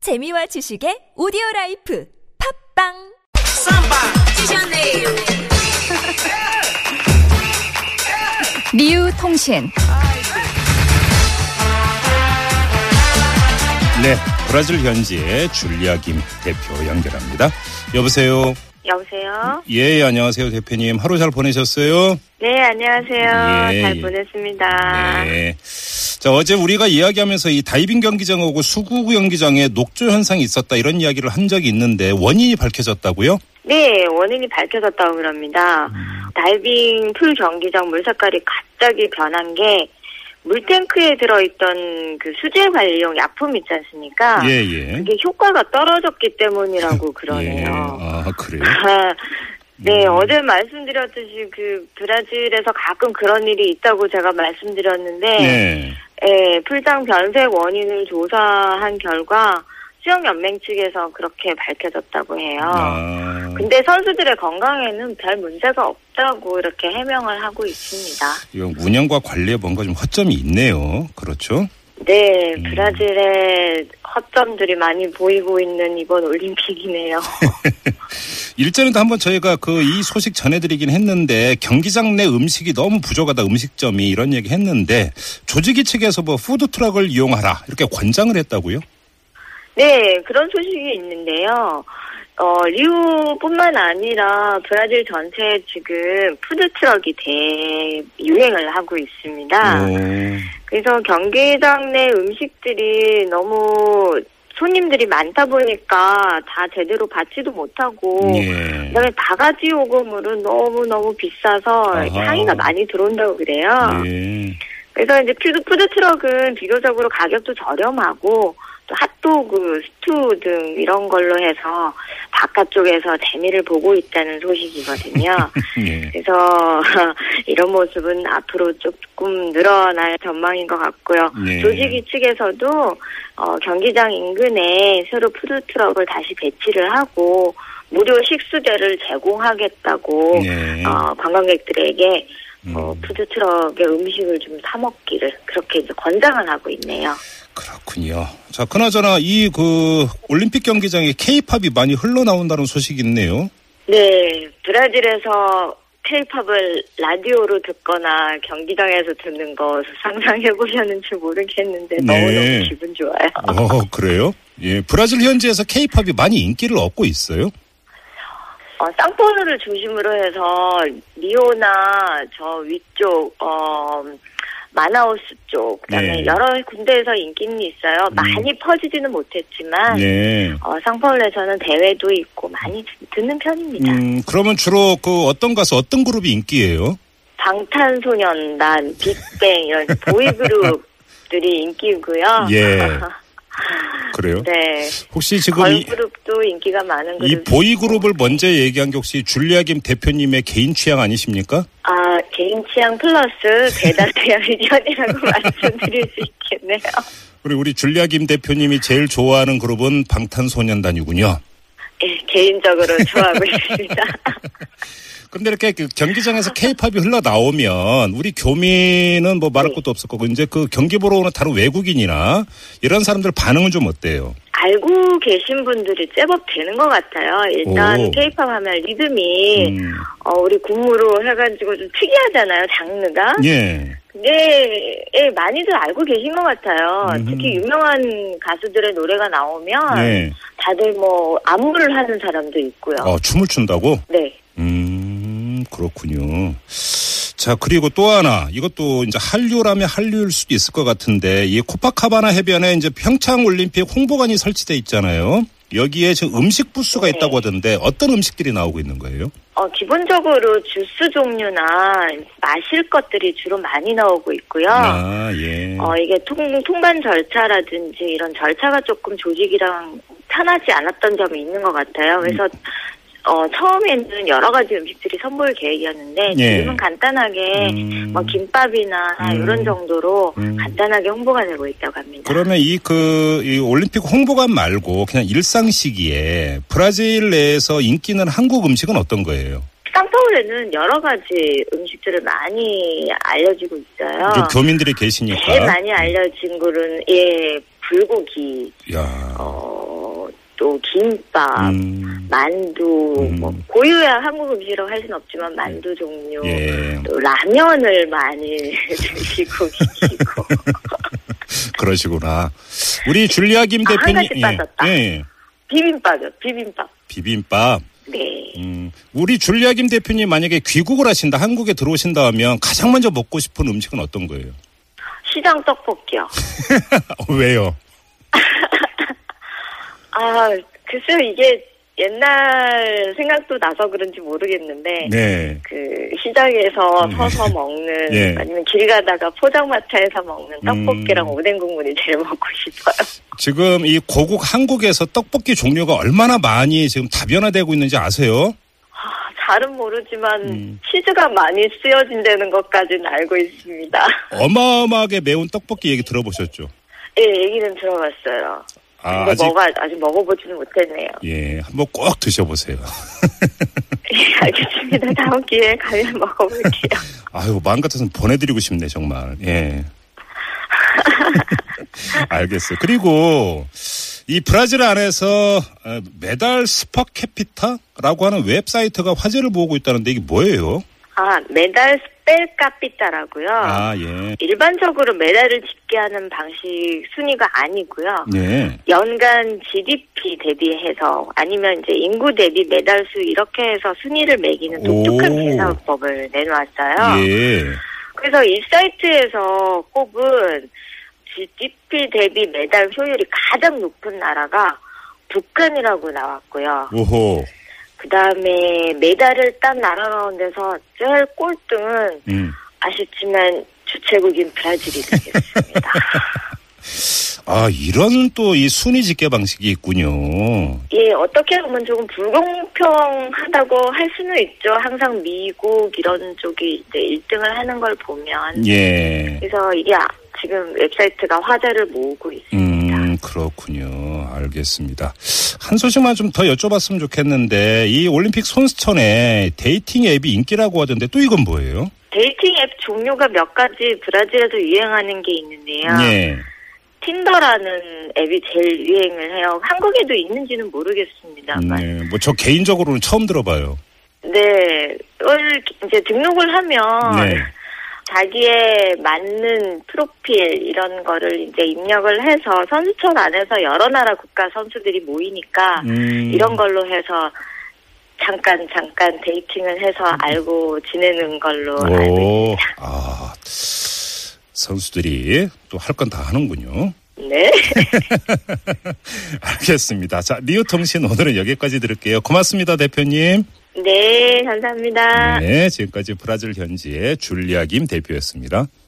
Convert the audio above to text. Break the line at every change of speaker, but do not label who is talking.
재미와 지식의 오디오 라이프 팝빵
리우 통신
네, 브라질 현지의 줄리아 김 대표 연결합니다. 여보세요.
여보세요?
예, 안녕하세요, 대표님. 하루 잘 보내셨어요?
네, 안녕하세요.
예,
잘
예.
보냈습니다.
네. 자, 어제 우리가 이야기하면서 이 다이빙 경기장하고 수구 경기장에 녹조 현상이 있었다 이런 이야기를 한 적이 있는데 원인이 밝혀졌다고요?
네, 원인이 밝혀졌다고 그럽니다.
음.
다이빙 풀 경기장 물 색깔이 갑자기 변한 게 물탱크에 들어있던 그 수질 관리용 약품 있지 않습니까?
예, 예.
아, 그게 효과가 떨어졌기 때문이라고
예.
그러네요.
아, 그래요?
네, 어제 말씀드렸듯이 그 브라질에서 가끔 그런 일이 있다고 제가 말씀드렸는데
예.
예, 풀장 변색 원인을 조사한 결과 수영연맹 측에서 그렇게 밝혀졌다고 해요.
아.
근데 선수들의 건강에는 별 문제가 없다고 이렇게 해명을 하고 있습니다.
이건 운영과 관리에 뭔가 좀 허점이 있네요. 그렇죠?
네, 브라질의 허점들이 많이 보이고 있는 이번 올림픽이네요.
일전에도 한번 저희가 그 이 소식 전해드리긴 했는데 경기장 내 음식이 너무 부족하다 음식점이 이런 얘기 했는데 조직위 측에서 뭐 푸드 트럭을 이용하라 이렇게 권장을 했다고요?
네, 그런 소식이 있는데요. 어, 리우뿐만 아니라 브라질 전체에 지금 푸드트럭이 대유행을 하고 있습니다.
어,
그래서 경기장 내 음식들이 너무 손님들이 많다 보니까 다 제대로 받지도 못하고
예.
그다음에 바가지 요금으로 너무 너무 비싸서
아하.
항의가 많이 들어온다고 그래요.
예.
그래서 이제 푸드 푸드 트럭은 비교적으로 가격도 저렴하고 또 핫도그, 스투 등 이런 걸로 해서 바깥쪽에서 재미를 보고 있다는 소식이거든요.
예.
그래서 이런 모습은 앞으로 조금 늘어날 전망인 것 같고요.
네.
조직위 측에서도 어, 경기장 인근에 새로 푸드트럭을 다시 배치를 하고 무료 식수대를 제공하겠다고
예.
어, 관광객들에게 어,
음,
푸드트럭의 음식을 좀 사 먹기를 그렇게 이제 권장을 하고 있네요.
그렇군요. 자, 그나저나 이 그 올림픽 경기장에 케이팝이 많이 흘러나온다는 소식이 있네요.
네, 브라질에서 케이팝을 라디오로 듣거나 경기장에서 듣는 거 상상해 보셨는지 모르겠는데
네.
너무너무 기분 좋아요.
어, 그래요? 예. 브라질 현지에서 케이팝이 많이 인기를 얻고 있어요?
어, 쌍포도를 중심으로 해서 리오나 저 위쪽 어 마나우스 쪽 그다음에
네. 음.
여러 군데에서 인기는 있어요. 많이 퍼지지는 못했지만
네.
어, 상파울에서는 대회도 있고 많이 듣- 듣는 편입니다.
음, 그러면 주로 그 어떤 가수 어떤 그룹이 인기예요?
방탄소년단, 빅뱅 이런 보이그룹들이 인기고요.
예. 그래요?
네.
혹시 지금 이,
걸그룹도 인기가 많은
이
그룹.
보이 그룹을 먼저 얘기한 게 혹시 줄리아 김 대표님의 개인 취향 아니십니까?
아, 개인 취향 플러스 배달 대여 의견이라고 말씀드릴 수 있겠네요.
우리 우리 줄리아 김 대표님이 제일 좋아하는 그룹은 방탄소년단이군요.
예, 개인적으로 좋아하고 있습니다.
근데 이렇게 그 경기장에서 케이팝이 흘러나오면 우리 교민은 뭐
네.
말할 것도 없을 거고 이제 그 경기 보러 오는 다른 외국인이나 이런 사람들 반응은 좀 어때요?
알고 계신 분들이 제법 되는 것 같아요.
오.
일단 케이팝 하면 리듬이
음,
어, 우리 군무로 해가지고 좀 특이하잖아요, 장르가.
예.
네, 예, 많이들 알고 계신 것 같아요.
음흠.
특히 유명한 가수들의 노래가 나오면
예.
다들 뭐 안무를 하는 사람도 있고요.
어, 춤을 춘다고?
네,
음, 그렇군요. 자, 그리고 또 하나, 이것도 이제 한류라면 한류일 수도 있을 것 같은데, 이 코파카바나 해변에 이제 평창 올림픽 홍보관이 설치돼 있잖아요. 여기에 지금 음식 부스가
네.
있다고 하던데, 어떤 음식들이 나오고 있는 거예요?
어, 기본적으로 주스 종류나 마실 것들이 주로 많이 나오고 있고요.
아, 예.
어, 이게 통, 통관 절차라든지 이런 절차가 조금 조직이랑 편하지 않았던 점이 있는 것
음.
같아요. 그래서 어, 처음에는 여러 가지 음식들이 선보일 계획이었는데
예.
지금은 간단하게
음.
뭐 김밥이나
음.
이런 정도로
음.
간단하게 홍보가 되고 있다고 합니다.
그러면 이 그, 이 올림픽 홍보관 말고, 그냥 일상 시기에, 브라질 내에서 인기 있는 한국 음식은 어떤 거예요?
쌍꺼울에는 여러 가지 음식들을 많이 알려지고 있어요.
좀 교민들이
아. 제일
계시니까.
많이 알려진 거는 예 불고기,
야
어, 또 김밥,
음,
만두,
음.
뭐 고유야 한국 음식이라고 할 수는 없지만 만두 종류,
예.
또 라면을 많이 드시고 계시고
그러시구나. 우리 줄리아 김
아, 한
대표님.
가지 빠졌다.
예, 예.
비빔밥이요, 비빔밥.
비빔밥.
네.
음, 우리 줄리아 김 대표님 만약에 귀국을 하신다, 한국에 들어오신다 하면 가장 먼저 먹고 싶은 음식은 어떤 거예요?
시장 떡볶이요.
어, 왜요?
아, 글쎄요, 이게 옛날 생각도 나서 그런지 모르겠는데,
네. 음.
그 시장에서 서서 먹는,
예.
아니면 길 가다가 포장마차에서 먹는 떡볶이랑
음.
오뎅 국물이 제일 먹고 싶어요.
지금 이 고국 한국에서 떡볶이 종류가 얼마나 많이 지금 다변화되고 있는지 아세요?
아, 잘은 모르지만,
음.
치즈가 많이 쓰여진다는 것까지는 알고 있습니다.
어마어마하게 매운 떡볶이 얘기 들어보셨죠?
예, 얘기는 들어봤어요.
아,
근데
아직
뭐가 아직 먹어보지는 못했네요.
예, 한번 꼭 드셔보세요.
예, 알겠습니다. 다음 기회에 가면 먹어볼게요.
아유, 마음 같아서 보내드리고 싶네, 정말. 예. 알겠어요. 그리고 이 브라질 안에서 어, 메달 스퍼캐피타라고 하는 웹사이트가 화제를 모으고 있다는데 이게 뭐예요?
아, 메달 스펠카피타라고요.
아, 예.
일반적으로 메달을 집계하는 방식 순위가 아니고요.
예.
연간 GDP 대비해서 아니면 이제 인구 대비 메달 수 이렇게 해서 순위를 매기는 독특한
오.
계산법을 내놓았어요.
예.
그래서 이 사이트에서 꼽은 GDP 대비 메달 효율이 가장 높은 나라가 북한이라고 나왔고요.
오호.
그 다음에 메달을 딴 나라 가운데서 제일 꼴등은
음.
아쉽지만 주최국인 브라질이 되겠습니다.
아, 이런 또 이 순위 집계 방식이 있군요.
예, 어떻게 보면 조금 불공평하다고 할 수는 있죠. 항상 미국 이런 쪽이 이제 1등을 하는 걸 보면.
예.
그래서 이게 아- 지금 웹사이트가 화제를 모으고 있습니다.
음, 그렇군요. 알겠습니다. 한 소식만 좀 더 여쭤봤으면 좋겠는데, 이 올림픽 손수천에 데이팅 앱이 인기라고 하던데 또 이건 뭐예요?
데이팅 앱 종류가 몇 가지 브라질에서 유행하는 게 있는데요.
예.
틴더라는 앱이 제일 유행을 해요. 한국에도 있는지는 모르겠습니다만.
네. 뭐 저 개인적으로는 처음 들어봐요.
네, 을 이제 등록을 하면
네.
자기에 맞는 프로필 이런 거를 이제 입력을 해서 선수촌 안에서 여러 나라 국가 선수들이 모이니까
음,
이런 걸로 해서 잠깐 잠깐 데이팅을 해서 알고 지내는 걸로 알고
음. 오, 아, 선수들이 또 할 건 다 하는군요.
있네.
알겠습니다. 자, 리우통신 오늘은 여기까지 들을게요. 고맙습니다, 대표님.
네, 감사합니다.
네, 지금까지 브라질 현지의 줄리아 김 대표였습니다.